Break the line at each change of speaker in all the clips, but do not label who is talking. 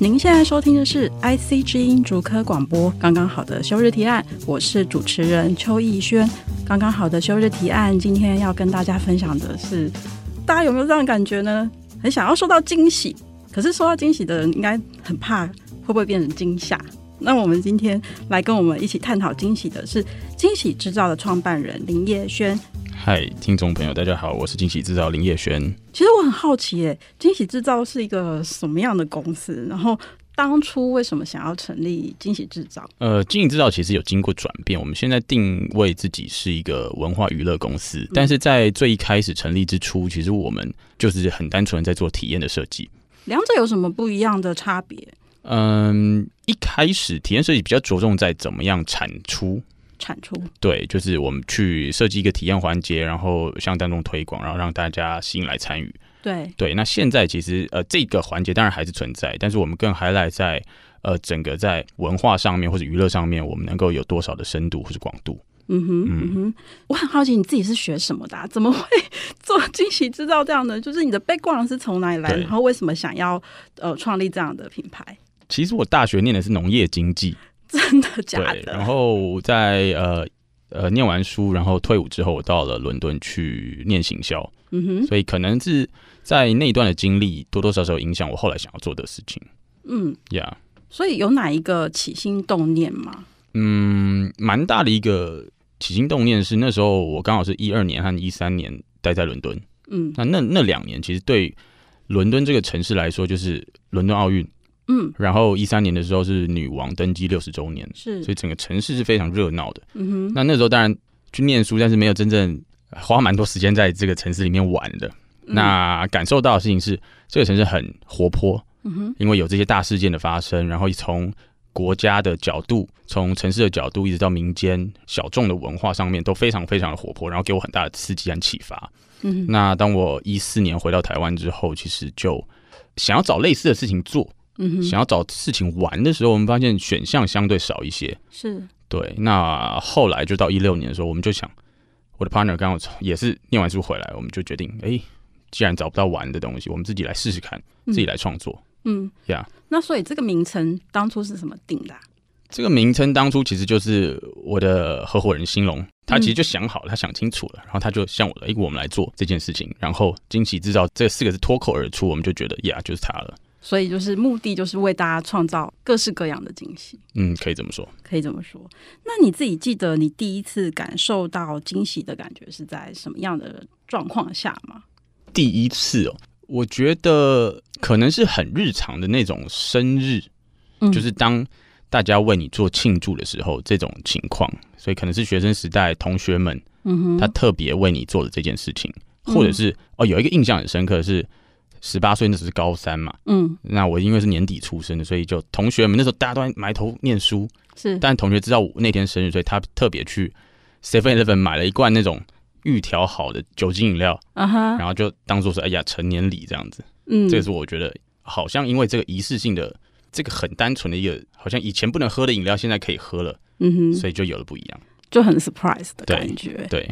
您现在收听的是 IC 之音竹科广播，刚刚好的休日提案，我是主持人邱逸轩。刚刚好的休日提案，今天要跟大家分享的是，大家有没有这样的感觉呢？很想要受到惊喜，可是受到惊喜的人应该很怕会不会变成惊吓。那我们今天来跟我们一起探讨惊喜的是惊喜制造的创办人林业轩。
嗨，听众朋友，大家好，我是惊喜制造林业轩。
其实我很好奇、耶，惊喜制造是一个什么样的公司？然后当初为什么想要成立惊喜制造？
呃，经营制造其实有经过转变，我们现在定位自己是一个文化娱乐公司，但是在最一开始成立之初，其实我们就是很单纯地在做体验的设计。
两者有什么不一样的差别？
嗯，一开始体验设计比较着重在怎么样产出，
产出
对，就是我们去设计一个体验环节，然后向大众推广，然后让大家吸引来参与。
对，
对，那现在其实呃这个环节当然还是存在，但是我们更 highlight 在呃整个在文化上面或者娱乐上面，我们能够有多少的深度或是广度。
嗯哼，
嗯
嗯哼，我很好奇你自己是学什么的、啊？怎么会做惊喜制造这样的？ 就是你的 background 是从哪里来？
对
然后为什么想要呃创立这样的品牌？
其实我大学念的是农业经济，
真的假
对，然
的？
后在呃呃念完书，然后退伍之后，我到了伦敦去念行销，
嗯哼，
所以可能是在那一段的经历多多少少有影响我后来想要做的事情。
嗯，
呀、yeah.。
所以有哪一个起心动念吗？
嗯，蛮大的一个起心动念是那时候我刚好是一二年和一三年待在伦敦，
嗯
那那那两年其实对伦敦这个城市来说，就是伦敦奥运，
嗯，
然后一三年的时候是女王登基六十周年，
是
所，以整个城市是非常热闹的。
嗯哼，
那那时候当然去念书，但是没有真正呃花蛮多时间在这个城市里面玩的。
嗯
那感受到的事情是，这个城市很活泼，
嗯哼，
因为有这些大事件的发生，然后从国家的角度、从城市的角度，一直到民间小众的文化上面，都非常非常的活泼，然后给我很大的刺激和启发。
嗯哼，
那当我一四年回到台湾之后，其实就想要找类似的事情做，
嗯哼，
想要找事情玩的时候，我们发现选项相对少一些。
是，
对，那后来就到一六年的时候，我们就想，我的 partner 刚好也是念完书回来，我们就决定，哎，既然找不到玩的东西，我们自己来试试看，
嗯
自己来创作。
嗯
Yeah
那所以这个名称当初是什么定的啊、
这个名称当初其实就是我的合伙人兴隆，他其实就想好了，他想清楚了，然后他就向我的，哎，我们来做这件事情。然后惊喜制造这四个字脱口而出，我们就觉得呀，就是他了。
所以就是目的就是为大家创造各式各样的惊喜，
嗯，可以这么说。
可以这么说。那你自己记得你第一次感受到惊喜的感觉是在什么样的状况下吗？
第一次哦，我觉得可能是很日常的那种生日，
嗯
就是当大家为你做庆祝的时候，这种情况，所以可能是学生时代同学们
嗯
他
哼，嗯
特别为你做的这件事情，或者是哦，有一个印象很深刻的是十八岁那时是高三嘛。
嗯，
那我因为是年底出生的，所以就同学们那时候大家都在埋头念书，
是，
但同学知道我那天生日，所以他特别去 Seven Eleven 买了一罐那种预调好的酒精饮料，
啊哈，
然后就当做是哎呀成年礼这样子。
嗯，
这个是我觉得好像因为这个仪式性的这个很单纯的一个，好像以前不能喝的饮料现在可以喝了，
嗯哼，
所以就有了不一样。
就很 surprise 的
对
感觉。
对，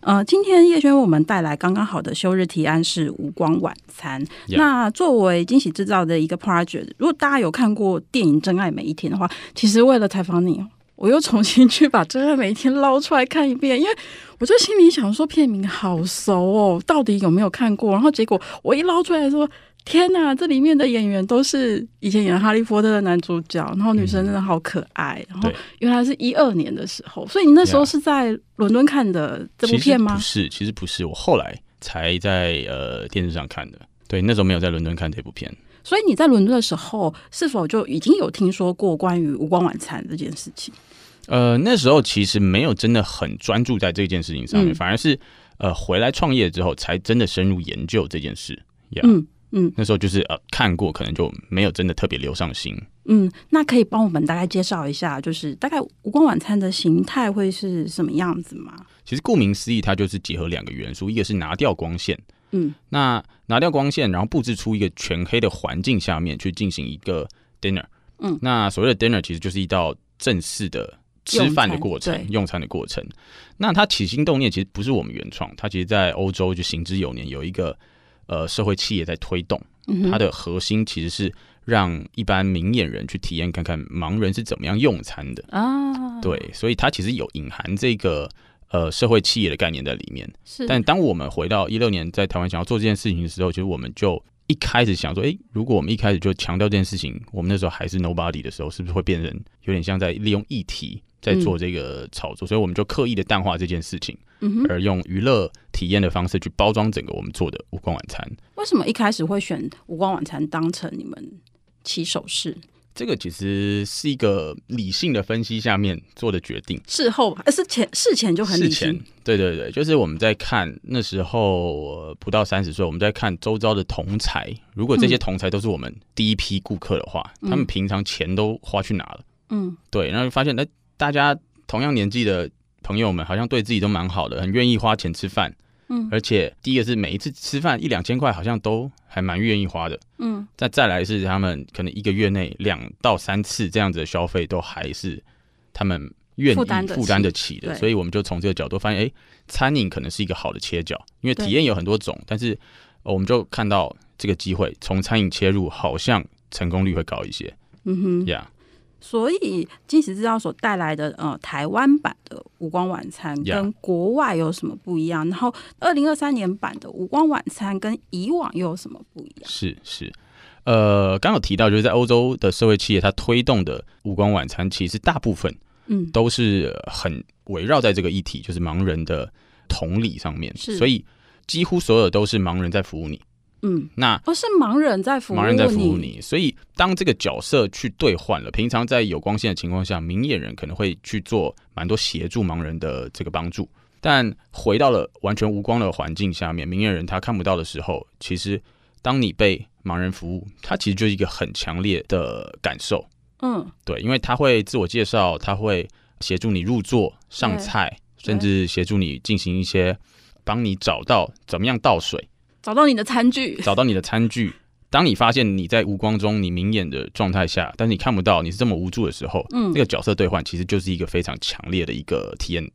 呃，今天叶轩为我们带来刚刚好的休日提案是无光晚餐。
Yeah
那作为惊喜制造的一个 project，如果大家有看过电影《真爱每一天》的话，其实为了采访你，我又重新去把《真爱每一天》捞出来看一遍，因为我就心里想说片名好熟哦，到底有没有看过？然后结果我一捞出来说。天呐，这里面的演员都是以前演《哈利波特》的男主角，然后女生真的好可爱。然后
对
原来是一二年的时候，所以你那时候
Yeah
是在伦敦看的这部
其实
片吗
不？是，其实不是，我后来才在呃电视上看的。对，那时候没有在伦敦看这部片。
所以你在伦敦的时候，是否就已经有听说过关于无光晚餐这件事情？
呃，那时候其实没有真的很专注在这件事情上
嗯
面，反而是呃回来创业之后才真的深入研究这件事。呀、
嗯，嗯
那时候就是呃看过，可能就没有真的特别留上心。
嗯，那可以帮我们大概介绍一下，就是大概无光晚餐的形态会是什么样子吗？
其实顾名思义，它就是结合两个元素，一个是拿掉光线，
嗯
那拿掉光线，然后布置出一个全黑的环境下面去进行一个 dinner。
嗯
那所谓的 dinner 其实就是一道正式的吃饭的过程
用餐，对
用餐的过程。那它起心动念其实不是我们原创，它其实在欧洲就行之有年，有一个呃社会企业在推动。
嗯哼
它的核心其实是让一般明眼人去体验看看盲人是怎么样用餐的。
啊，
对，所以它其实有隐含这个呃社会企业的概念在里面。
是，
但当我们回到一六年在台湾想要做这件事情的时候，其实我们就一开始想说，诶，如果我们一开始就强调这件事情，我们那时候还是 nobody 的时候，是不是会变成有点像在利用议题在做这个炒作？所以我们就刻意的淡化这件事情，
嗯哼，
而用娱乐体验的方式去包装整个我们做的无光晚餐。
为什么一开始会选无光晚餐当成你们起手式？
这个其实是一个理性的分析下面做的决定。
事后吧，呃，是前事前就很
事
理
前
性，，
对对对，就是我们在看那时候呃不到三十岁，我们在看周遭的同才，如果这些
嗯
同才都是我们第一批顾客的话，
嗯
他们平常钱都花去哪了？
嗯
对，然后就发现，哎，大家同样年纪的朋友们，好像对自己都蛮好的，很愿意花钱吃饭，
嗯
而且第一个是每一次吃饭一两千块，好像都还蛮愿意花的。
嗯
再再来是他们可能一个月内两到三次这样子的消费，都还是他们愿意
负担得起
负担得起的。
对
所以我们就从这个角度发现，哎、餐饮可能是一个好的切角，因为
对
体验有很多种，但是、呃我们就看到这个机会，从餐饮切入好像成功率会高一些。
嗯哼，
呀、
所以惊喜制造所带来的呃台湾版的无光晚餐
Yeah
跟国外有什么不一样？然后二零二三年版的无光晚餐跟以往又有什么不一样？
是是。呃，刚有提到，就是在欧洲的社会企业，它推动的无光晚餐，其实大部分
嗯，
都是呃很围绕在这个议题，就是盲人的同理上面，
是
所以几乎所有都是盲人在服务你。
嗯，
那
哦，是盲人在服务你，
盲人在服务你，所以当这个角色去兑换了，平常在有光线的情况下，明眼人可能会去做蛮多协助盲人的这个帮助。但回到了完全无光的环境下面，明眼人他看不到的时候，其实当你被盲人服务，他其实就是一个很强烈的感受。
嗯
对，因为他会自我介绍，他会协助你入座、上
对
菜，
对
甚至协助你进行一些帮你找到怎么样倒水、
找到你的餐具，
找到你的餐具。当你发现你在无光中、你明眼的状态下，但是你看不到，你是这么无助的时候，
嗯
这个角色兑换其实就是一个非常强烈的一个体验。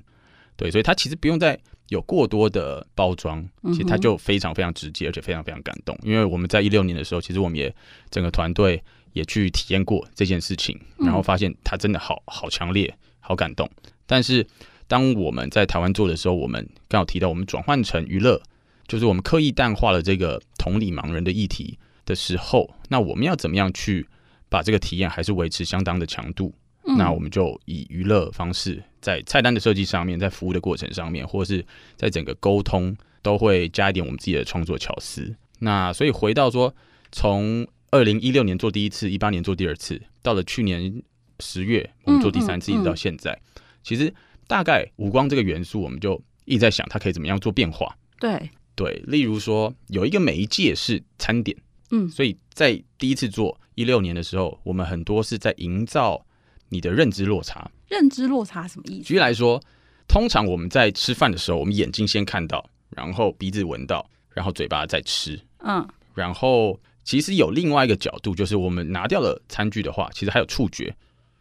对，所以他其实不用再有过多的包装，
嗯哼
其实他就非常非常直接，而且非常非常感动。因为我们在一六年的时候，其实我们也整个团队也去体验过这件事情，
嗯
然后发现它真的好好强烈，好感动。但是当我们在台湾做的时候，我们刚好提到我们转换成娱乐，就是我们刻意淡化了这个同理盲人的议题的时候，那我们要怎么样去把这个体验还是维持相当的强度？
嗯
那我们就以娱乐方式，在菜单的设计上面，在服务的过程上面，或是在整个沟通，都会加一点我们自己的创作巧思。那所以回到说，从二零一六年做第一次，一八年做第二次，到了去年十月我们做第三次，
嗯嗯
一直到现在，其实大概五光这个元素，我们就一直在想它可以怎么样做变化。
对，
对，例如说有一个媒介是餐点，
嗯
所以在第一次做一六年的时候，我们很多是在营造你的认知落差。
认知落差什么意思？
举例来说，通常我们在吃饭的时候，我们眼睛先看到，然后鼻子闻到，然后嘴巴再吃，
嗯
然后其实有另外一个角度，就是我们拿掉了餐具的话，其实还有触觉，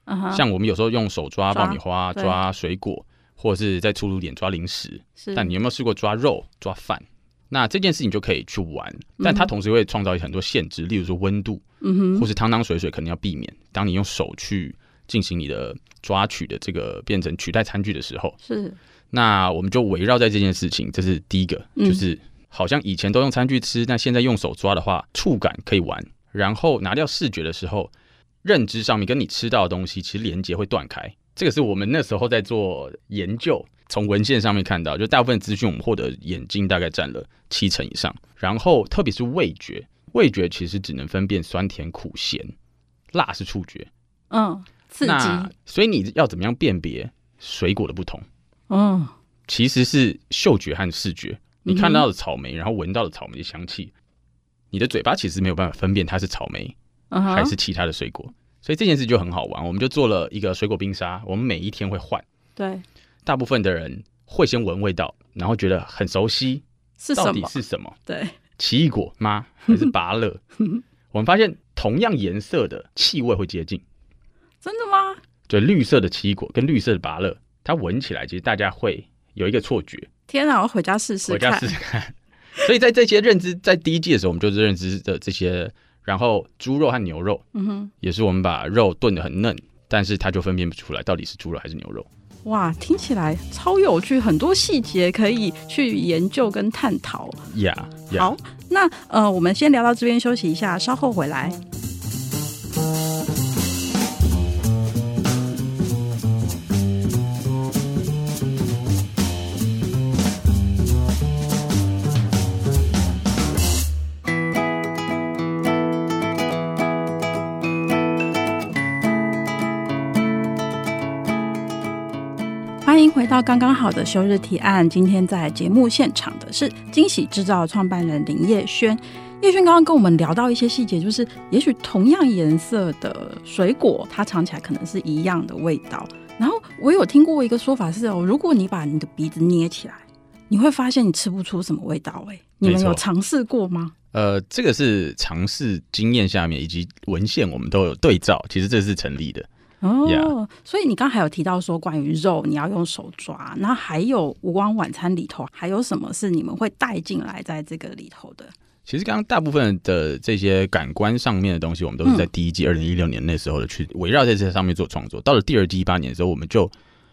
嗯哼，
像我们有时候用手抓
抓
爆米花、
对
抓水果，或者是在出炉点抓零食，
是
但你有没有试过抓肉、抓饭？那这件事情就可以去玩，但它同时会创造很多限制，例如说温度，
嗯
或
哼，
是汤汤水水，可能要避免。当你用手去进行你的抓取的这个变成取代餐具的时候，
是
那我们就围绕在这件事情，这是第一个，
嗯
就是好像以前都用餐具吃，但现在用手抓的话，触感可以玩。然后拿掉视觉的时候，认知上面跟你吃到的东西其实连接会断开。这个是我们那时候在做研究，从文献上面看到，就大部分资讯我们获得眼睛大概占了七成以上，然后特别是味觉，味觉其实只能分辨酸甜苦咸，辣是触觉，
嗯刺
那
激，
所以你要怎么样辨别水果的不同？
嗯
其实是嗅觉和视觉，你看到的草莓，然后闻到的草莓的香气，你的嘴巴其实没有办法分辨它是草莓
嗯哼
还是其他的水果，所以这件事就很好玩。我们就做了一个水果冰沙，我们每一天会换。
对
大部分的人会先闻味道，然后觉得很熟悉，
是
到
什
底
么？
是什么？
对，
奇异果吗？还是芭 乐？我们发现同样颜色的气味会接近，
真的吗？
就绿色的奇异果跟绿色的芭乐，它闻起来其实大家会有一个错觉，
天啊，我回家试试
回家
看
试。试看。 所以在这些认知，在第一季的时候，我们就是认知的这些，然后猪肉和牛肉
嗯哼，
也是我们把肉炖得很嫩，但是它就分辨不出来到底是猪肉还是牛肉。
哇，听起来超有趣，很多细节可以去研究跟探讨。
呀、呀，
好，那呃，我们先聊到这边休息一下，稍后回来。欢迎回到刚刚好的休日提案。今天在节目现场的是惊喜制造创办人林叶轩。叶轩刚刚跟我们聊到一些细节，就是也许同样颜色的水果，它尝起来可能是一样的味道。然后我有听过一个说法是哦，如果你把你的鼻子捏起来，你会发现你吃不出什么味道、哎，你们
没错
有尝试过吗？
呃，这个是尝试经验下面以及文献我们都有对照，其实这是成立的。
哦
Yeah
所以你刚才有提到说关于肉你要用手抓，那还有无光晚餐里头还有什么是你们会带进来在这个里头的？
其实刚刚大部分的这些感官上面的东西，我们都是在第一季二零一六年那时候的去围绕在这上面做创作。到了第二季一八年的时候，我们就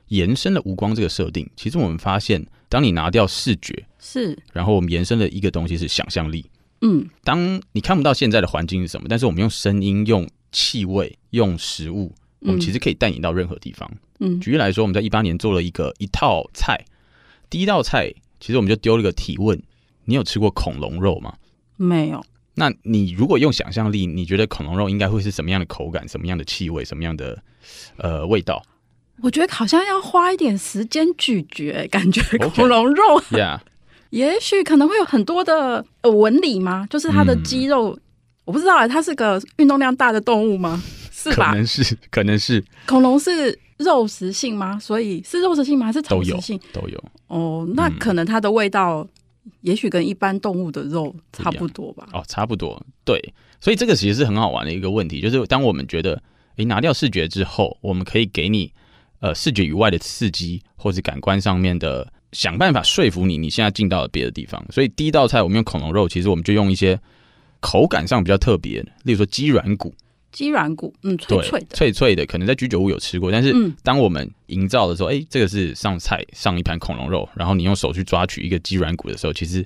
延伸了无光这个设定。其实我们发现，当你拿掉视觉，
是，
然后我们延伸的一个东西是想象力。
嗯，
当你看不到现在的环境是什么，但是我们用声音、用气味、用食物，我们其实可以带你到任何地方。
嗯，嗯
举例来说，我们在一八年做了一个一套菜，第一道菜其实我们就丢了个提问：你有吃过恐龙肉吗？
没有，
那你如果用想象力，你觉得恐龙肉应该会是什么样的口感、什么样的气味、什么样的呃味道
我觉得好像要花一点时间咀嚼，感觉
OK
恐龙肉
？Yeah，
也许可能会有很多的呃纹理吗？就是它的
嗯
肌肉，我不知道啊，它是个运动量大的动物吗？是
可
吧？
能是， 可能是
恐龙是肉食性吗？所以是肉食性吗？还是草
都有
食性？
都有。
哦，那
嗯
可能它的味道，也许跟一般动物的肉差不多吧。
哦，差不多，对。所以这个其实是很好玩的一个问题，就是当我们觉得，诶，拿掉视觉之后，我们可以给你呃视觉以外的刺激，或是感官上面的，想办法说服你，你现在进到了别的地方。所以第一道菜我们用恐龙肉，其实我们就用一些口感上比较特别的，例如说鸡软骨，
鸡软骨，嗯，脆
对，
脆的，
脆脆的，可能在居酒屋有吃过，但是
嗯
当我们营造的时候，哎、这个是上菜上一盘恐龙肉，然后你用手去抓取一个鸡软骨的时候，其实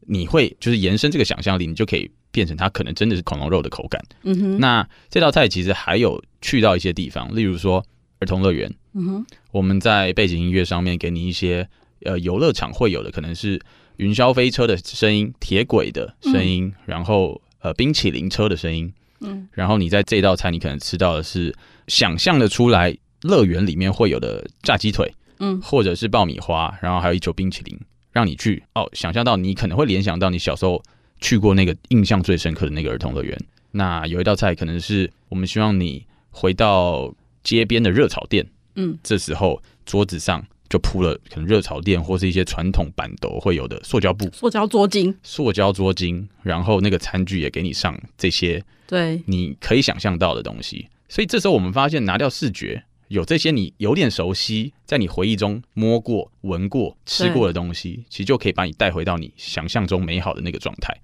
你会就是延伸这个想象力，你就可以变成它可能真的是恐龙肉的口感。
嗯哼，
那这道菜其实还有去到一些地方，例如说儿童乐园，
嗯哼，
我们在背景音乐上面给你一些呃游乐场会有的，可能是云霄飞车的声音、铁轨的声音，然后呃冰淇淋车的声音，
嗯，
然后你在这道菜你可能吃到的是想象的出来乐园里面会有的炸鸡腿，
嗯
或者是爆米花，然后还有一球冰淇淋，让你去哦想象到你可能会联想到你小时候去过那个印象最深刻的那个儿童乐园。那有一道菜可能是我们希望你回到街边的热炒店，
嗯，
这时候桌子上就铺了可能热炒店或是一些传统板斗会有的塑胶布、
塑胶捉巾，
塑胶桌巾，然后那个餐具也给你上这些
对，
你可以想象到的东西。所以这时候我们发现，拿掉视觉，有这些你有点熟悉，在你回忆中摸过、闻过、吃过的东西，其实就可以把你带回到你想象中美好的那个状态。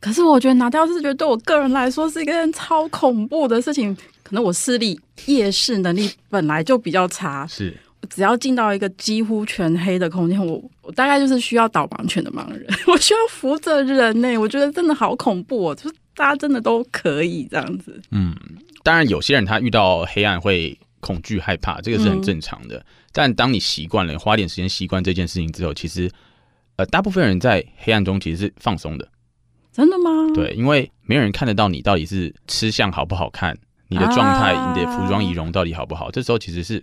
可是我觉得拿掉视觉对我个人来说是一件超恐怖的事情。可能我视力、夜视能力本来就比较差，
是，
只要进到一个几乎全黑的空间，我我大概就是需要导盲犬的盲人， 我需要扶着人呢、我觉得真的好恐怖哦，就是大家真的都可以这样子。
当然有些人他遇到黑暗会恐惧害怕，这个是很正常的。但当你习惯了，花点时间习惯这件事情之后，其实呃，大部分人在黑暗中其实是放松的。
真的吗？
对，因为没有人看得到你到底是吃相好不好看，你的状态、
啊
你的服装仪容到底好不好。这时候其实是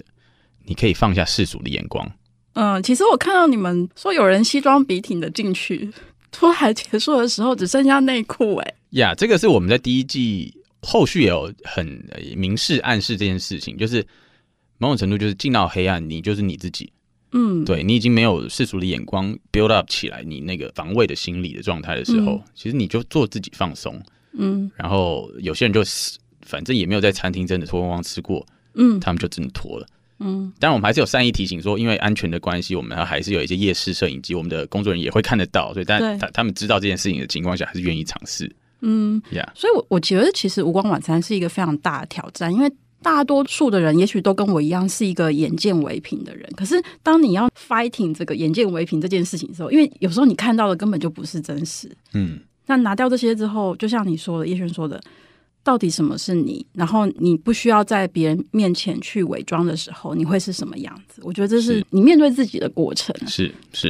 你可以放下世俗的眼光，
嗯，其实我看到你们说有人西装笔挺的进去， 出海结束的时候只剩下内裤哎，
呀这个是我们在第一季后续也有很呃明示暗示这件事情，就是某种程度就是进到黑暗，你就是你自己，
嗯，，
对你已经没有世俗的眼光 build up 起来，你那个防卫的心理的状态的时候，
嗯
其实你就做自己放松。
嗯
然后有些人就是反正也没有在餐厅真的脱光光吃过，
嗯
他们就真的脱了。
嗯
当然，我们还是有善意提醒说，因为安全的关系，我们还是有一些夜视摄影机，我们的工作人员也会看得到，所以
对
但他他们知道这件事情的情况下，还是愿意尝试。
嗯，
呀、
所以我，我觉得其实无光晚餐是一个非常大的挑战，因为大多数的人也许都跟我一样是一个眼见为凭的人，可是当你要 fighting 这个眼见为凭这件事情的时候，因为有时候你看到的根本就不是真实。
嗯，
那拿掉这些之后，就像你说的，叶璇说的，到底什么是你？然后你不需要在别人面前去伪装的时候，你会是什么样子？我觉得这是
是
你面对自己的过程。
是是，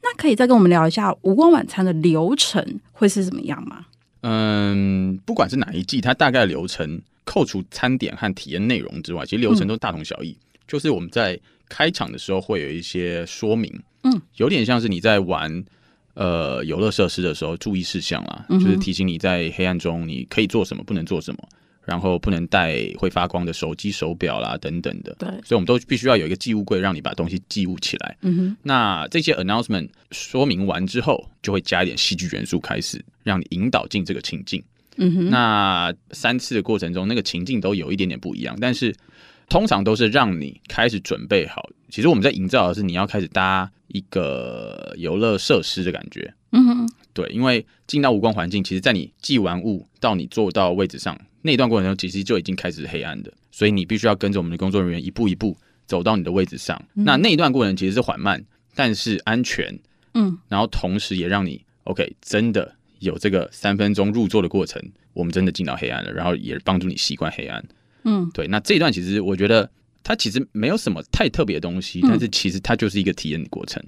那可以再跟我们聊一下无光晚餐的流程会是怎么样吗？
嗯，不管是哪一季，它大概流程扣除餐点和体验内容之外，其实流程都大同小异。就是我们在开场的时候会有一些说明，
嗯，
有点像是你在玩呃游乐设施的时候注意事项啦，
嗯哼
就是提醒你在黑暗中你可以做什么，不能做什么，然后不能带会发光的手机、手表啦等等的。
对，
所以我们都必须要有一个寄物柜，让你把东西寄物起来。
嗯哼，
那这些 announcement 说明完之后，就会加一点戏剧元素开始，让你引导进这个情境。
嗯哼，
那三次的过程中，那个情境都有一点点不一样，但是通常都是让你开始准备好。其实我们在营造的是你要开始搭一个游乐设施的感觉，
嗯哼，
对，因为进到无光环境，其实在你寄完物到你坐到位置上那段过程中，其实就已经开始黑暗的，所以你必须要跟着我们的工作人员一步一步走到你的位置上。那那一段过程其实是缓慢，但是安全，
嗯，
然后同时也让你 OK 真的有这个三分钟入座的过程，我们真的进到黑暗了，然后也帮助你习惯黑暗。
嗯
对，那这一段其实我觉得它其实没有什么太特别的东西，
嗯
但是其实它就是一个体验的过程。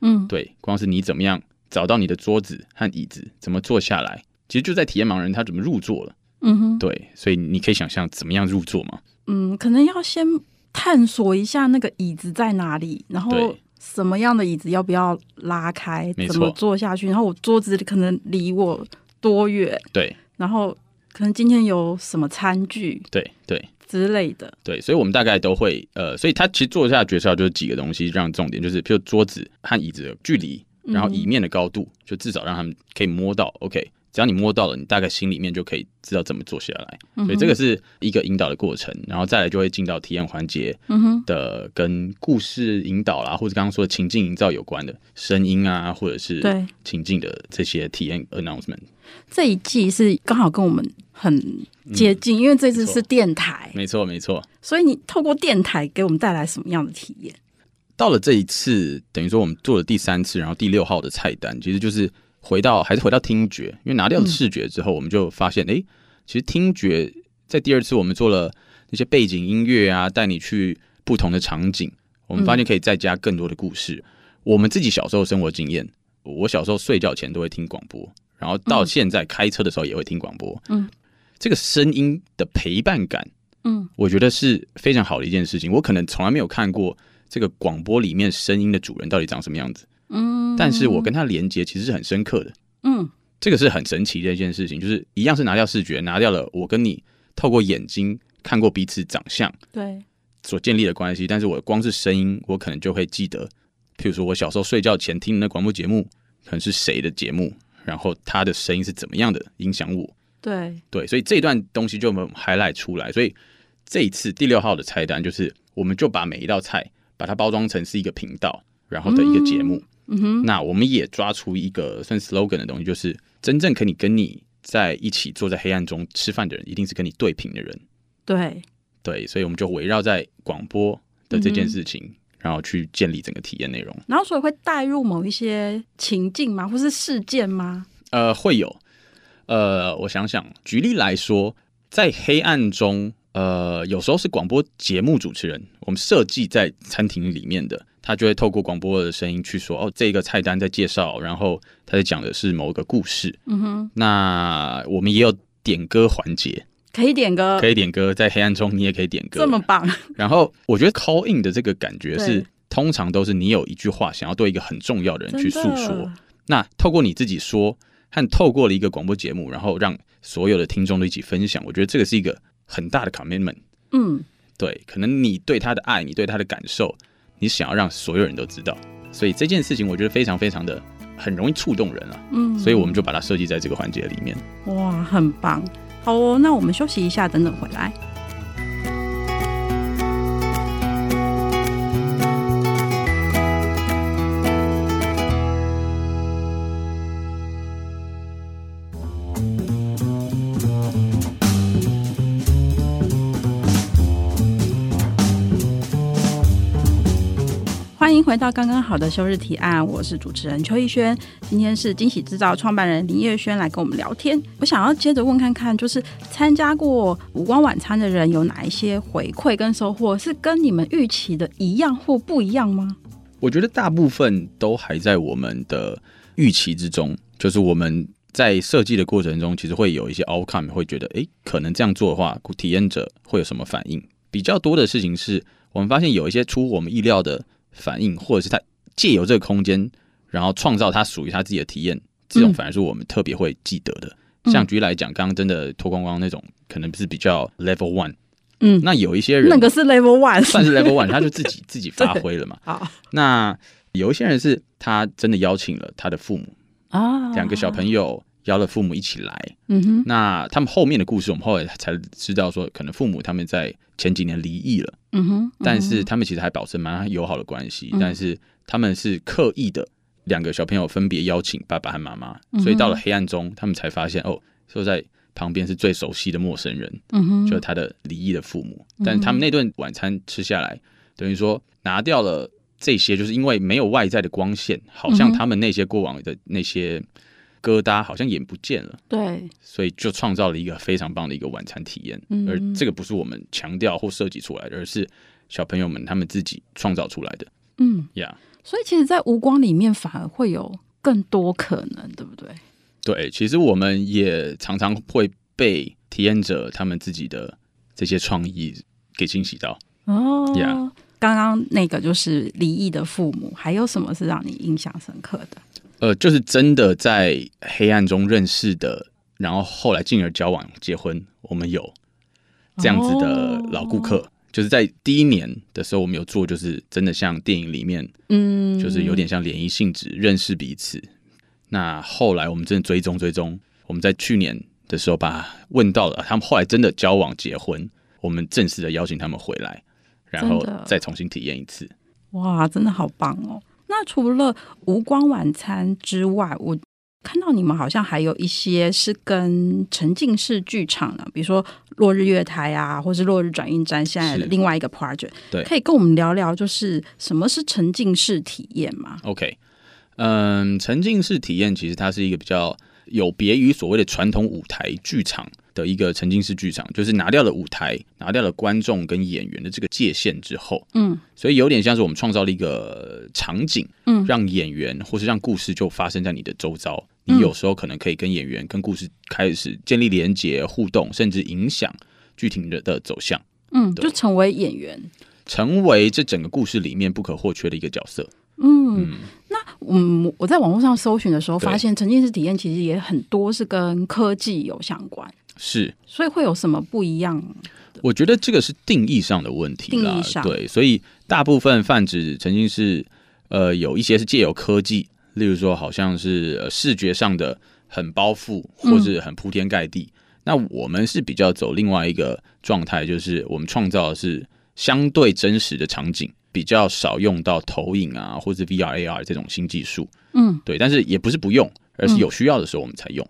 嗯，
对，光是你怎么样找到你的桌子和椅子，怎么坐下来，其实就在体验盲人他怎么入座了。
嗯哼，
对，所以你可以想象怎么样入座嘛？
嗯，可能要先探索一下那个椅子在哪里，然后
对
什么样的椅子要不要拉开，
没错
怎么坐下去，然后我桌子可能离我多远，
对，
然后可能今天有什么餐具
对，对，
之类的。
对，所以我们大概都会呃，所以他其实做下的诀窍就是几个东西，让重点就是，譬如桌子和椅子的距离，然后
嗯
椅面的高度，就至少让他们可以摸到。OK，只要你摸到了，你大概心里面就可以知道怎么坐下来。
嗯
所以这个是一个引导的过程，然后再来就会进到体验环节
嗯哼，
的跟故事引导啦，或者刚刚说的情境营造有关的声音啊，或者是
对
情境的这些体验 announcement。
这一季是刚好跟我们很接近，因为这次
嗯没错
是电台，
没错，没错。
所以你透过电台给我们带来什么样的体验？
到了这一次，等于说我们做了第三次，然后第六号的菜单，其实就是回到还是回到听觉，因为拿掉了视觉之后，我们就发现，哎、其实听觉在第二次我们做了那些背景音乐啊，带你去不同的场景，我们发现可以再加更多的故事。我们自己小时候的生活经验，我小时候睡觉前都会听广播，然后到现在开车的时候也会听广播，
嗯，
这个声音的陪伴感
嗯
我觉得是非常好的一件事情。我可能从来没有看过这个广播里面声音的主人到底长什么样子，
嗯，
但是我跟他连接其实是很深刻的。
嗯
这个是很神奇的一件事情，就是一样是拿掉视觉，拿掉了我跟你透过眼睛看过彼此长相
对
所建立的关系，但是我光是声音，我可能就会记得，譬如说我小时候睡觉前听的那广播节目，可能是谁的节目，然后他的声音是怎么样的影响我。
对，
对，所以这段东西就我们 highlight 出来。所以这一次第六号的菜单就是，我们就把每一道菜把它包装成是一个频道，然后的一个节目。
嗯哼，
那我们也抓出一个算 slogan 的东西，就是真正可以跟你在一起坐在黑暗中吃饭的人，一定是跟你对频的人。
对，
对，所以我们就围绕在广播的这件事情，然后去建立整个体验内容。
然后所以会带入某一些情境吗，或是事件吗？
呃，会有。呃，我想想，举例来说，在黑暗中，呃，有时候是广播节目主持人，我们设计在餐厅里面的，他就会透过广播的声音去说，哦，这个菜单在介绍，然后他在讲的是某个故事。
嗯哼，
那我们也有点歌环节，
可以点歌，
可以点歌，在黑暗中你也可以点歌。
这么棒，
然后我觉得 call in 的这个感觉是
对，
通常都是你有一句话想要对一个很重要的人去诉说，那透过你自己说，和透过了一个广播节目，然后让所有的听众都一起分享，我觉得这个是一个很大的 commitment。
嗯，
对，可能你对他的爱，你对他的感受，你想要让所有人都知道，所以这件事情我觉得非常非常的很容易触动人啊，
嗯，
所以我们就把它设计在这个环节里面。
哇，很棒。好哦，那我们休息一下，等等回来。欢迎回到刚刚好的休日提案，我是主持人邱逸轩。今天是惊喜制造创办人林叶轩来跟我们聊天。我想要接着问看看，就是参加过五光晚餐的人有哪一些回馈跟收获，是跟你们预期的一样或不一样吗？
我觉得大部分都还在我们的预期之中，就是我们在设计的过程中，其实会有一些 outcome，会觉得诶，可能这样做的话，体验者会有什么反应？比较多的事情是我们发现有一些出乎我们意料的反应，或者是他借由这个空间，然后创造他属于他自己的体验，这种
嗯
反而是我们特别会记得的。
嗯
像举例来讲，刚刚真的脱光光那种，可能是比较 level one。
嗯
那有一些人
那个是 Level One，
算 是 level one，他就自己自己发挥了嘛。
好
那有一些人是他真的邀请了他的父母，
啊
两个小朋友邀了父母一起来。
嗯哼，
那他们后面的故事，我们后来才知道说，可能父母他们在前几年离异了，
嗯哼，
但是他们其实还保持蛮友好的关系，
嗯
但是他们是刻意的，两个小朋友分别邀请爸爸和妈妈
嗯，哼
所以到了黑暗中，他们才发现哦，说在旁边是最熟悉的陌生人。
嗯哼，
就是他的离异的父母。
嗯
但他们那顿晚餐吃下来，等于说拿掉了这些，就是因为没有外在的光线，好
嗯
像
哼
他们那些过往的那些疙瘩好像也不见了，
对，
所以就创造了一个非常棒的一个晚餐体验
嗯。
而这个不是我们强调或设计出来的，而是小朋友们他们自己创造出来的
嗯，
呀。
所以其实，在无光里面反而会有更多可能，对不对？
对，其实我们也常常会被体验者他们自己的这些创意给惊喜到。
哦
Yeah
刚刚那个就是离异的父母，还有什么是让你印象深刻的？
呃，就是真的在黑暗中认识的，然后后来进而交往、结婚，我们有这样子的
哦
老顾客。就是在第一年的时候，我们有做，就是真的像电影里面，
嗯，
就是有点像联谊性质，认识彼此。那后来我们真的追踪追踪，我们在去年的时候把问到了，他们后来真的交往结婚，我们正式的邀请他们回来，然后
真的
再重新体验一次。
哇，真的好棒哦！那除了无光晚餐之外，我看到你们好像还有一些是跟沉浸式剧场啊的，比如说落日月台啊，或是落日转运站现在的
是
另外一个 project，
对
可以跟我们聊聊，就是什么是沉浸式体验吗？
OK，嗯，沉浸式体验其实它是一个比较有别于所谓的传统舞台剧场的一个沉浸式剧场，就是拿掉了舞台、拿掉了观众跟演员的这个界限之后，
嗯
所以有点像是我们创造了一个场景，
嗯
让演员或是让故事就发生在你的周遭。
嗯
你有时候可能可以跟演员、跟故事开始建立连结、互动，甚至影响剧情的的走向，
嗯，
对
就成为演员。
成为这整个故事里面不可或缺的一个角色。
嗯，那嗯，我在网络上搜寻的时候，
对
发现沉浸式体验其实也很多是跟科技有相关，
是，
所以会有什么不一样？
我觉得这个是定义上的问题啦，
定义上
对，所以大部分泛指曾经是呃有一些是借由科技，例如说好像是、呃、视觉上的很包覆
嗯
或是很铺天盖地。那我们是比较走另外一个状态，就是我们创造的是相对真实的场景，比较少用到投影啊或是 VR、AR 这种新技术。
嗯，
对，但是也不是不用，而是有需要的时候我们才用。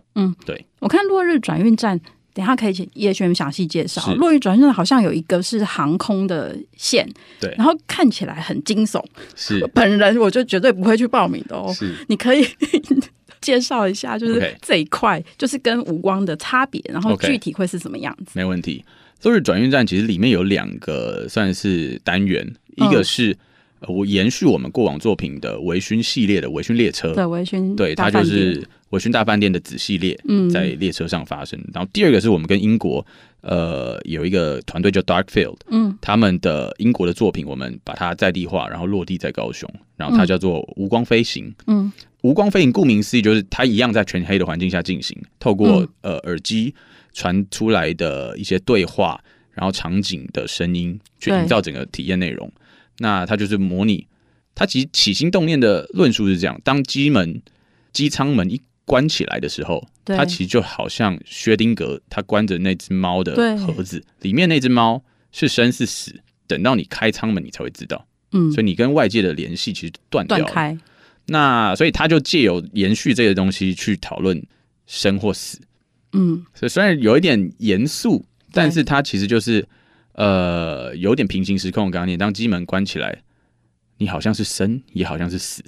我看落日转运站，等一下可以请叶轩详细介绍。
是
落日转运站好像有一个是航空的线，
对
然后看起来很惊悚，
是
本人我就绝对不会去报名的哦。
是。
你可以 介绍一下，就是
OK
这一块，就是跟无光的差别，然后
OK
具体会是什么样子？
没问题。落日转运站其实里面有两个算是单元，一
嗯
个是、呃我延续我们过往作品的微醺系列的微醺列车，
对，微醺
嗯对，
大
它
饭
就
店
是微醺大饭店的子系列
嗯，
在列车上发生。然后第二个是我们跟英国呃有一个团队叫 Darkfield，
嗯
他们的英国的作品，我们把它在地化，然后落地在高雄，然后它叫做无光飞行。
嗯
无光飞行顾名思义就是它一样在全黑的环境下进行，透过、
嗯
呃耳机传出来的一些对话，然后场景的声音去
对
营造整个体验内容。那它就是模拟，它其实起心动念的论述是这样：当机门、机舱门一关起来的时候，
对
它其实就好像薛丁格他关着那只猫
对
的盒子，里面那只猫是生是死，等到你开舱门你才会知道，
嗯，
所以你跟外界的联系其实断掉
断
了。
开，
那所以他就借由延续这个东西去讨论生或死。
嗯，
所以虽然有一点严肃，但
对
是它其实就是呃有点平行时空的概念。当机门关起来，你好像是生，也好像是死。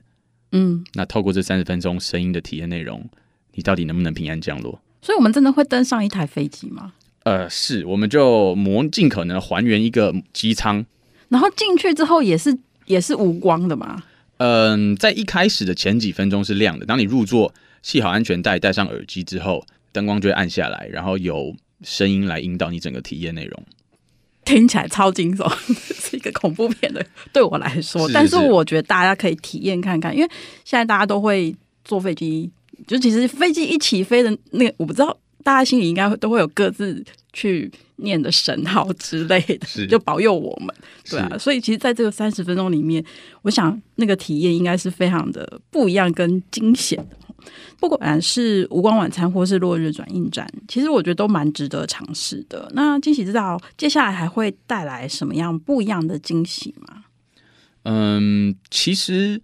嗯，
那透过这三十分钟声音的体验内容，你到底能不能平安降落？
所以我们真的会登上一台飞机吗？
呃，是，我们就模尽可能还原一个机舱。
然后进去之后也是也是无光的嘛？
嗯，在一开始的前几分钟是亮的，当你入座，系好安全带，戴上耳机之后，灯光就会暗下来，然后由声音来引导你整个体验内容。
听起来超惊悚， 是一个恐怖片的，对我来说。
是是
但是
是
我觉得大家可以体验看看，因为现在大家都会坐飞机，就其实飞机一起飞的那个，我不知道大家心里应该都会有各自去念的神号之类的，
是
就保佑我们，对啊。
是
所以其实在这个三十分钟里面，我想那个体验应该是非常的不一样跟惊险的。不管是无光晚餐或是落日转运站，其实我觉得都蛮值得尝试的。那惊喜知道接下来还会带来什么样不一样的惊喜吗？
嗯，其实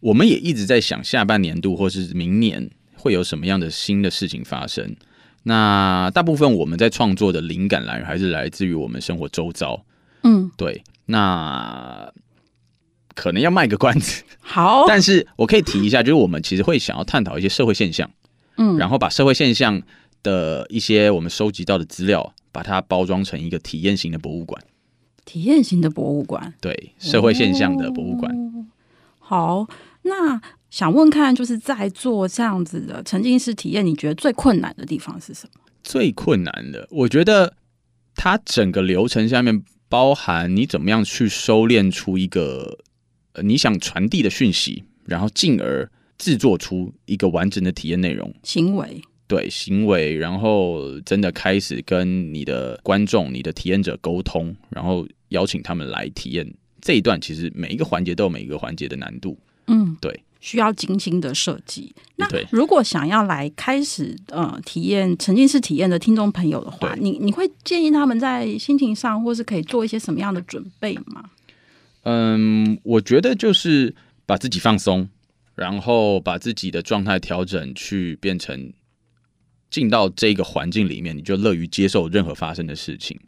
我们也一直在想下半年度或是明年会有什么样的新的事情发生。那大部分我们在创作的灵感来源还是来自于我们生活周遭。
嗯，
对，那可能要卖个关子，
好，
但是我可以提一下，就是我们其实会想要探讨一些社会现象，
嗯，
然后把社会现象的一些我们收集到的资料，把它包装成一个体验型的博物馆。
体验型的博物馆，
对，社会现象的博物馆。
哦好，那想问看，就是在做这样子的沉浸式体验，你觉得最困难的地方是什么？
最困难的，我觉得它整个流程下面包含你怎么样去收敛出一个、呃、你想传递的讯息，然后进而制作出一个完整的体验内容。
行为，
对行为，然后真的开始跟你的观众、你的体验者沟通，然后邀请他们来体验这一段。其实每一个环节都有每一个环节的难度。
嗯，
对，
需要精心的设计。那
对
如果想要来开始呃体验沉浸式体验的听众朋友的话，
对
你你会建议他们在心情上，或是可以做一些什么样的准备吗？
嗯，我觉得就是把自己放松，然后把自己的状态调整，去变成进到这个环境里面，你就乐于接受任何发生的事情。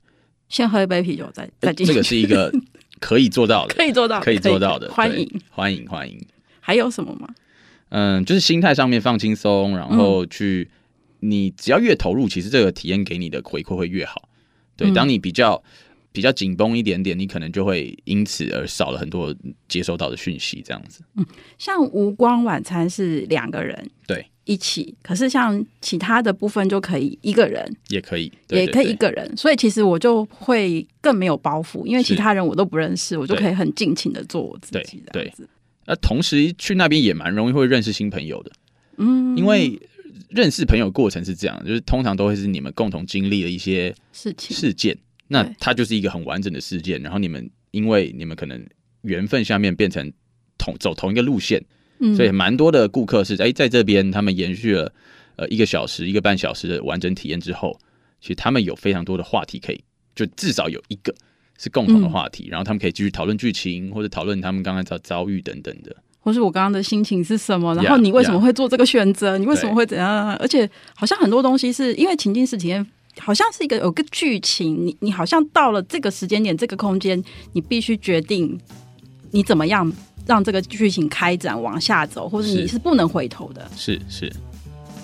先喝一杯啤酒再，再进去。
这个是一个可以做到的，
可以做到，
可以做到的，
欢
对
迎。，
欢迎，欢迎。
还有什么吗？
嗯，就是心态上面放轻松，然
嗯
后去、你只要越投入，其实这个体验给你的回馈会越好。对，
嗯
当你比较比较紧绷一点点，你可能就会因此而少了很多接收到的讯息，这样子。
像无光晚餐是两个人
对
一起，可是像其他的部分就可以一个人，
也可以，对
也可以一。
对对
个人。所以其实我就会更没有包袱，因为
是
其他人我都不认识，我就
对
可以很尽情的做我自己
对
这样子。
那同时去那边也蛮容易会认识新朋友的，
嗯，
因为认识朋友过程是这样，就是通常都会是你们共同经历的一些
事情
事件，那
对
它就是一个很完整的事件，然后你们因为你们可能缘分下面变成同走同一个路线，
嗯
所以蛮多的顾客是哎在这边他们延续了呃一个小时一个半小时的完整体验之后，其实他们有非常多的话题可以，就至少有一个是共同的
嗯
话题，然后他们可以继续讨论剧情或者讨论他们刚才遭遭遇等等的。
或是我刚刚的心情是什么，然
Yeah，
后你为什么会做这个选择你为什么会怎样？而且好像很多东西是因为情境式体验，好像是一个有个剧情，你你好像到了这个时间点、这个空间，你必须决定你怎么样让这个剧情开展往下走，或者
是
你是不能回头的，
是是，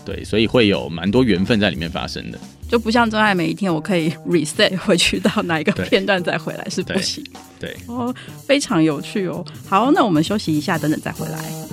对，所以会有蛮多缘分在里面发生的。
就不像真爱每一天，我可以 reset 回去到哪一个
对
片段再回来是不
对
行。
对，
哦，非常有趣哦。好，那我们休息一下，等等再回来。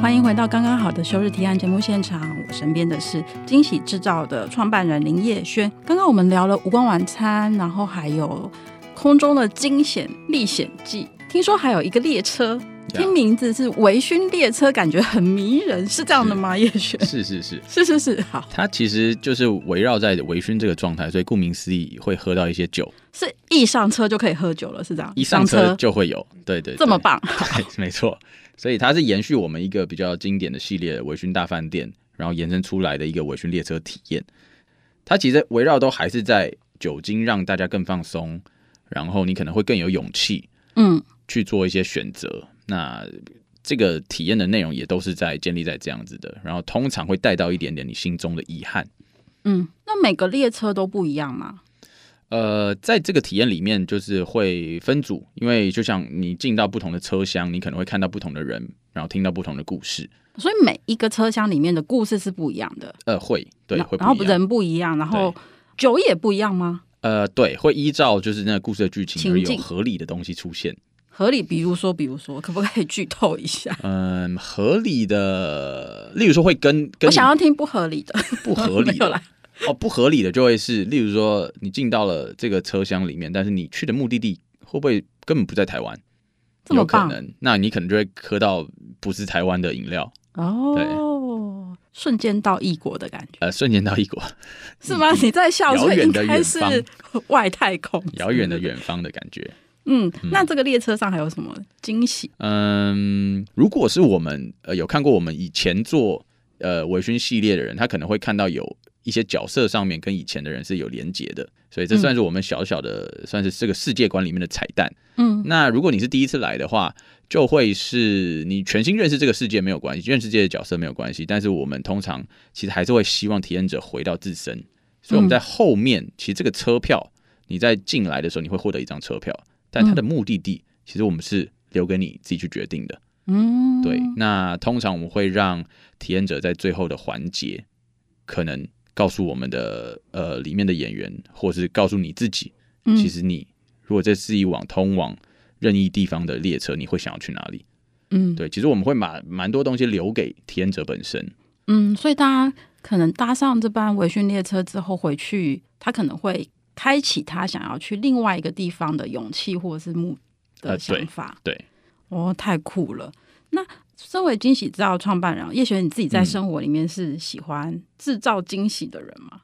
欢迎回到刚刚好的休日提案节目现场，我身边的是惊喜制造的创办人林叶轩。刚刚我们聊了无光晚餐，然后还有空中的惊险历险记，听说还有一个列车，
Yeah
听名字是微醺列车，感觉很迷人，是这样的吗？叶轩？
是是是，
是是是，好，
它其实就是围绕在微醺这个状态，所以顾名思义会喝到一些酒，
是一上车就可以喝酒了，是这样？
一上车就会有。对对对
这么棒，
对， 没错。所以它是延续我们一个比较经典的系列——微醺大饭店，然后延伸出来的一个微醺列车体验。它其实围绕都还是在酒精让大家更放松，然后你可能会更有勇气
嗯，
去做一些选择。那这个体验的内容也都是在建立在这样子的，然后通常会带到一点点你心中的遗憾。
嗯，那每个列车都不一样吗？
呃，在这个体验里面，就是会分组，因为就像你进到不同的车厢，你可能会看到不同的人，然后听到不同的故事。
所以每一个车厢里面的故事是不一样的，
呃，会，对，
然
会不
然后
一样。
人不一样，然后酒也不一样吗？
呃，对，会依照就是那个故事的剧情
情
而有
境
合理的东西出现。
合理，比如说，比如说，可不可以剧透一下？
嗯，合理的，例如说会跟
我
跟你
想要听不合理的，
不合理
没有
的
啦。
哦，不合理的就会是，例如说你进到了这个车厢里面，但是你去的目的地会不会根本不在台湾？
这么
有可
棒
能，那你可能就会喝到不是台湾的饮料，
哦，瞬间到异国的感觉
呃，瞬间到异国，
是吗？你在笑，
嗯遥
所以
远
应
的
该
远
是
方
外太空，
遥远的。远方的感觉。
嗯，那这个列车上还有什么惊喜？
嗯，如果是我们呃有看过我们以前做呃微醺系列的人，他可能会看到有一些角色上面跟以前的人是有连结的，所以这
嗯
算是我们小小的，算是这个世界观里面的彩蛋。
嗯
那如果你是第一次来的话，就会是你全新认识这个世界没有关系，认识这些角色没有关系，但是我们通常其实还是会希望体验者回到自身，所以我们在
嗯
后面、其实这个车票你在进来的时候你会获得一张车
嗯
票，但它的目的地、其实我们是留给你自己去决定的。
嗯，
对，那通常我们会让体验者在最后的环节，可能告诉我们的呃里面的演员，或是告诉你自己，
嗯
其实你如果这是一往通往任意地方的列车，你会想要去哪里？
嗯
对，其实我们会把蛮多东西留给体验者本身。
嗯，所以大家可能搭上这班维训列车之后回去，他可能会开启他想要去另外一个地方的勇气或者是目的
呃
想法。
对，
哦，太酷了！那身为惊喜制造创办人，叶璇，你自己
嗯
在生活里面是喜欢制造惊喜的人吗？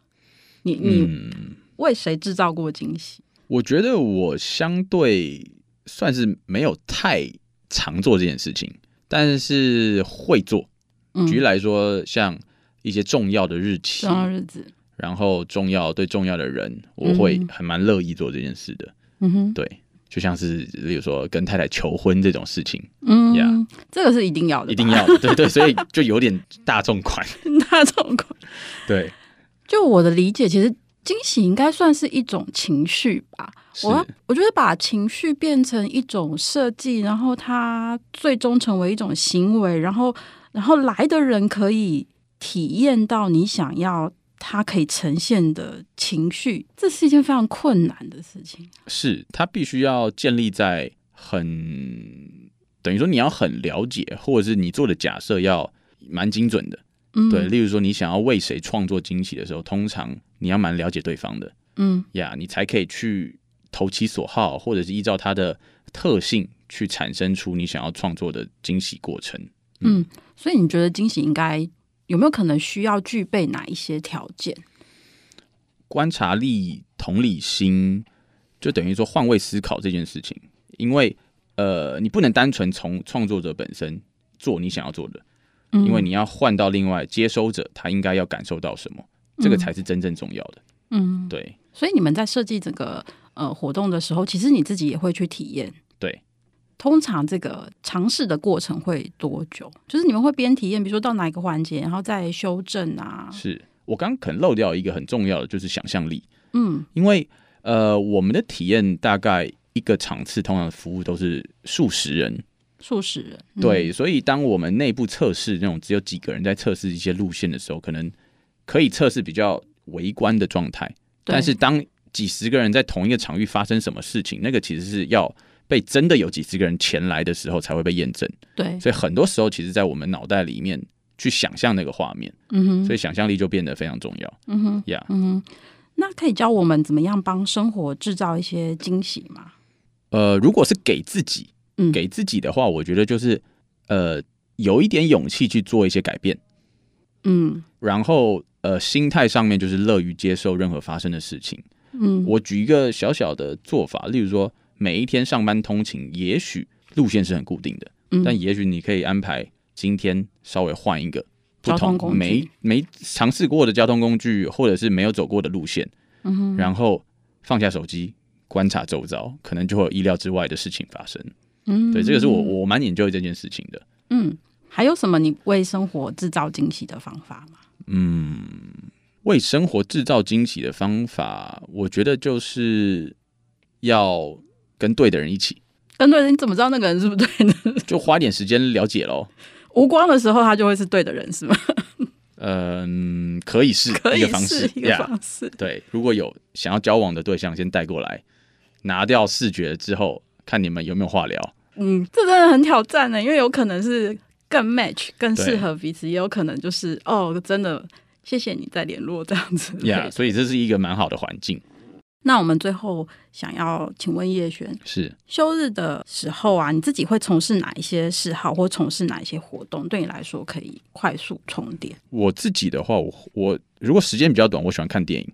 你你
嗯，
为谁制造过惊喜？
我觉得我相对算是没有太常做这件事情，但是会做。
嗯，
举例来说，像一些重要的日期，
重要日子，
然后重要对重要的人，我会
嗯
很蛮乐意做这件事的。
嗯哼，
对，就像是例如说跟太太求婚这种事情，
嗯
Yeah
这个是一定要的吧，
一定要的对对，所以就有点大众款。
大众款。
对，
就我的理解，其实惊喜应该算是一种情绪吧。
是
我要我觉得把情绪变成一种设计，然后它最终成为一种行为，然后然后来的人可以体验到你想要他可以呈现的情绪，这是一件非常困难的事情。
是他必须要建立在很等于说你要很了解，或者是你做的假设要蛮精准的。
嗯，
对，，例如说你想要为谁创作惊喜的时候，通常你要蛮了解对方的。
嗯
呀你才可以去投其所好，或者是依照它的特性去产生出你想要创作的惊喜过程。
嗯，所以你觉得惊喜应该有没有可能需要具备哪一些条件？
观察力、同理心，就等于说换位思考这件事情，因为呃，你不能单纯从创作者本身做你想要做的，
嗯
因为你要换到另外接收者，他应该要感受到什么，这个才是真正重要的。
嗯。
对
所以你们在设计整个呃活动的时候，其实你自己也会去体验。
对，
通常这个尝试的过程会多久？就是你们会边体验，比如说到哪一个环节，然后再修正啊。
是我刚刚可能漏掉一个很重要的，就是想象力。
嗯
因为呃，我们的体验大概一个场次通常服务都是数十人，
数十人。嗯，
对，所以当我们内部测试那种只有几个人在测试一些路线的时候，可能可以测试比较围观的状态，
对
但是当几十个人在同一个场域发生什么事情，那个其实是要被真的有几十个人前来的时候才会被验证。
对，
所以很多时候，其实在我们脑袋里面去想象那个画面，
嗯哼，
所以想象力就变得非常重要。
嗯哼，
呀、
嗯哼，那可以教我们怎么样帮生活制造一些惊喜吗？
呃，如果是给自己，
嗯，
给自己的话，我觉得就是呃，有一点勇气去做一些改变，
嗯
然后呃，心态上面就是乐于接受任何发生的事情。
嗯，
我举一个小小的做法，例如说，每一天上班通勤，也许路线是很固定的，
嗯
但也许你可以安排今天稍微换一个不
交通
同
工具
没没尝试过的交通工具，或者是没有走过的路线，
嗯哼，
然后放下手机。观察周遭，可能就会有意料之外的事情发生。
嗯，
对，这个是我我蛮研究这件事情的。
嗯，还有什么你为生活制造惊喜的方法吗？
嗯，为生活制造惊喜的方法，我觉得就是要跟对的人一起，
跟对人你怎么知道那个人是不是对的？
就花点时间了解喽。
无光的时候，他就会是对的人，是吗？
嗯，可以是
可
一
以
个方式
是，一个
yeah，
方式。
对，如果有想要交往的对象，先带过来，拿掉视觉之后，看你们有没有话聊。
嗯，这真的很挑战欸呢，因为有可能是更 match、更
对
适合彼此，也有可能就是哦，真的谢谢你再联络这样子。
呀、所以这是一个蛮好的环境。
那我们最后想要请问叶璇，
是，
休日的时候啊，你自己会从事哪一些嗜好或从事哪一些活动，对你来说可以快速充电？
我自己的话，我我如果时间比较短，我喜欢看电影。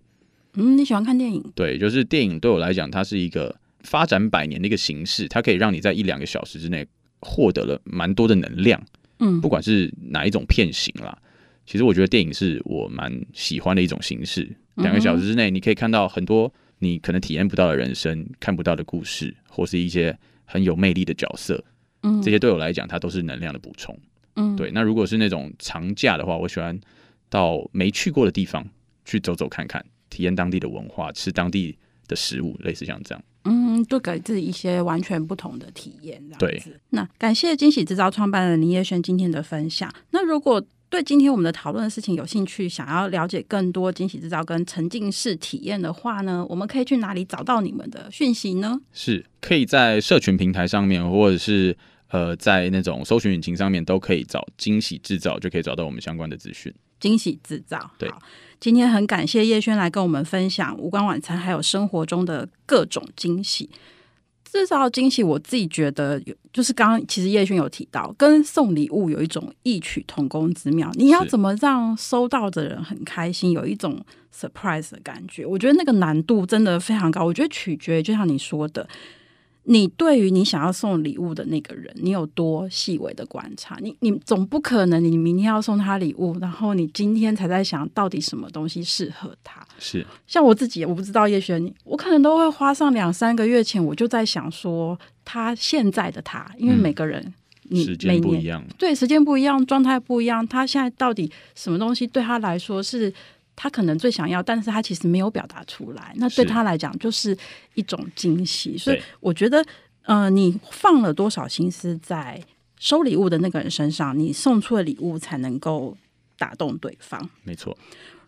嗯，你喜欢看电影？
对，就是电影对我来讲，它是一个发展百年的一个形式，它可以让你在一两个小时之内获得了蛮多的能量，
嗯
不管是哪一种片型啦。其实我觉得电影是我蛮喜欢的一种形式，两个小时之内你可以看到很多你可能体验不到的人生、看不到的故事，或是一些很有魅力的角色。
嗯，
这些对我来讲，它都是能量的补充。
嗯，
对，那如果是那种长假的话，我喜欢到没去过的地方去走走看看，体验当地的文化，吃当地的食物，类似像这样。
嗯，就给自己一些完全不同的体验，这样
对
子。那感谢惊喜制造创办人林叶轩今天的分享。那如果对今天我们的讨论的事情有兴趣，想要了解更多惊喜制造跟沉浸式体验的话呢，我们可以去哪里找到你们的讯息呢？
是可以在社群平台上面，或者是呃，在那种搜寻引擎上面都可以找“惊喜制造”，就可以找到我们相关的资讯。
惊喜制造。
对
好，今天很感谢叶轩来跟我们分享无关晚餐，还有生活中的各种惊喜。制造惊喜，我自己觉得有，就是刚刚其实叶轩有提到，跟送礼物有一种异曲同工之妙。你要
是
怎么让收到的人很开心，有一种 surprise 的感觉？我觉得那个难度真的非常高。我觉得取决于，就像你说的，你对于你想要送礼物的那个人，你有多细微的观察？你你总不可能你明天要送他礼物，然后你今天才在想到底什么东西适合他。
是
像我自己，我不知道叶璇，你我可能都会花上两三个月前，我就在想说他现在的他，因为
嗯
每个人、你
时
每
间不
年
一样，
对，时间不一样，状态不一样，他现在到底什么东西对他来说是他可能最想要，但是他其实没有表达出来，那对
是
他来讲就是一种惊喜。所以
对
我觉得，呃，你放了多少心思在收礼物的那个人身上，你送出的礼物才能够打动对方。
没错。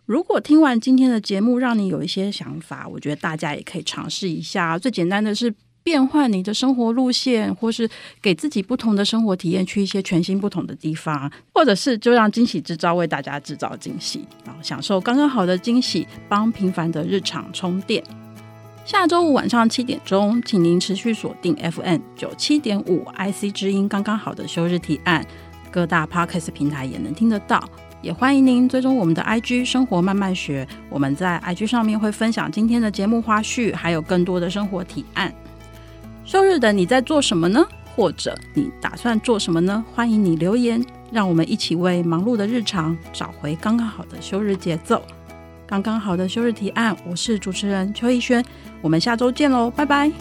如果听完今天的节目，让你有一些想法，我觉得大家也可以尝试一下。最简单的是变换你的生活路线，或是给自己不同的生活体验，去一些全新不同的地方，或者是就让惊喜制造为大家制造惊喜，然后享受刚刚好的惊喜，帮平凡的日常充电。下周五晚上七点钟，请您持续锁定 FM 九七点五 IC 之音，刚刚好的休日提案，各大 Podcast 平台也能听得到。也欢迎您追踪我们的 IG 生活慢慢学，我们在 IG 上面会分享今天的节目花絮，还有更多的生活提案。休日的你在做什么呢？或者你打算做什么呢？欢迎你留言，让我们一起为忙碌的日常找回刚刚好的休日节奏。刚刚好的休日提案，我是主持人邱逸轩，我们下周见喽，拜拜。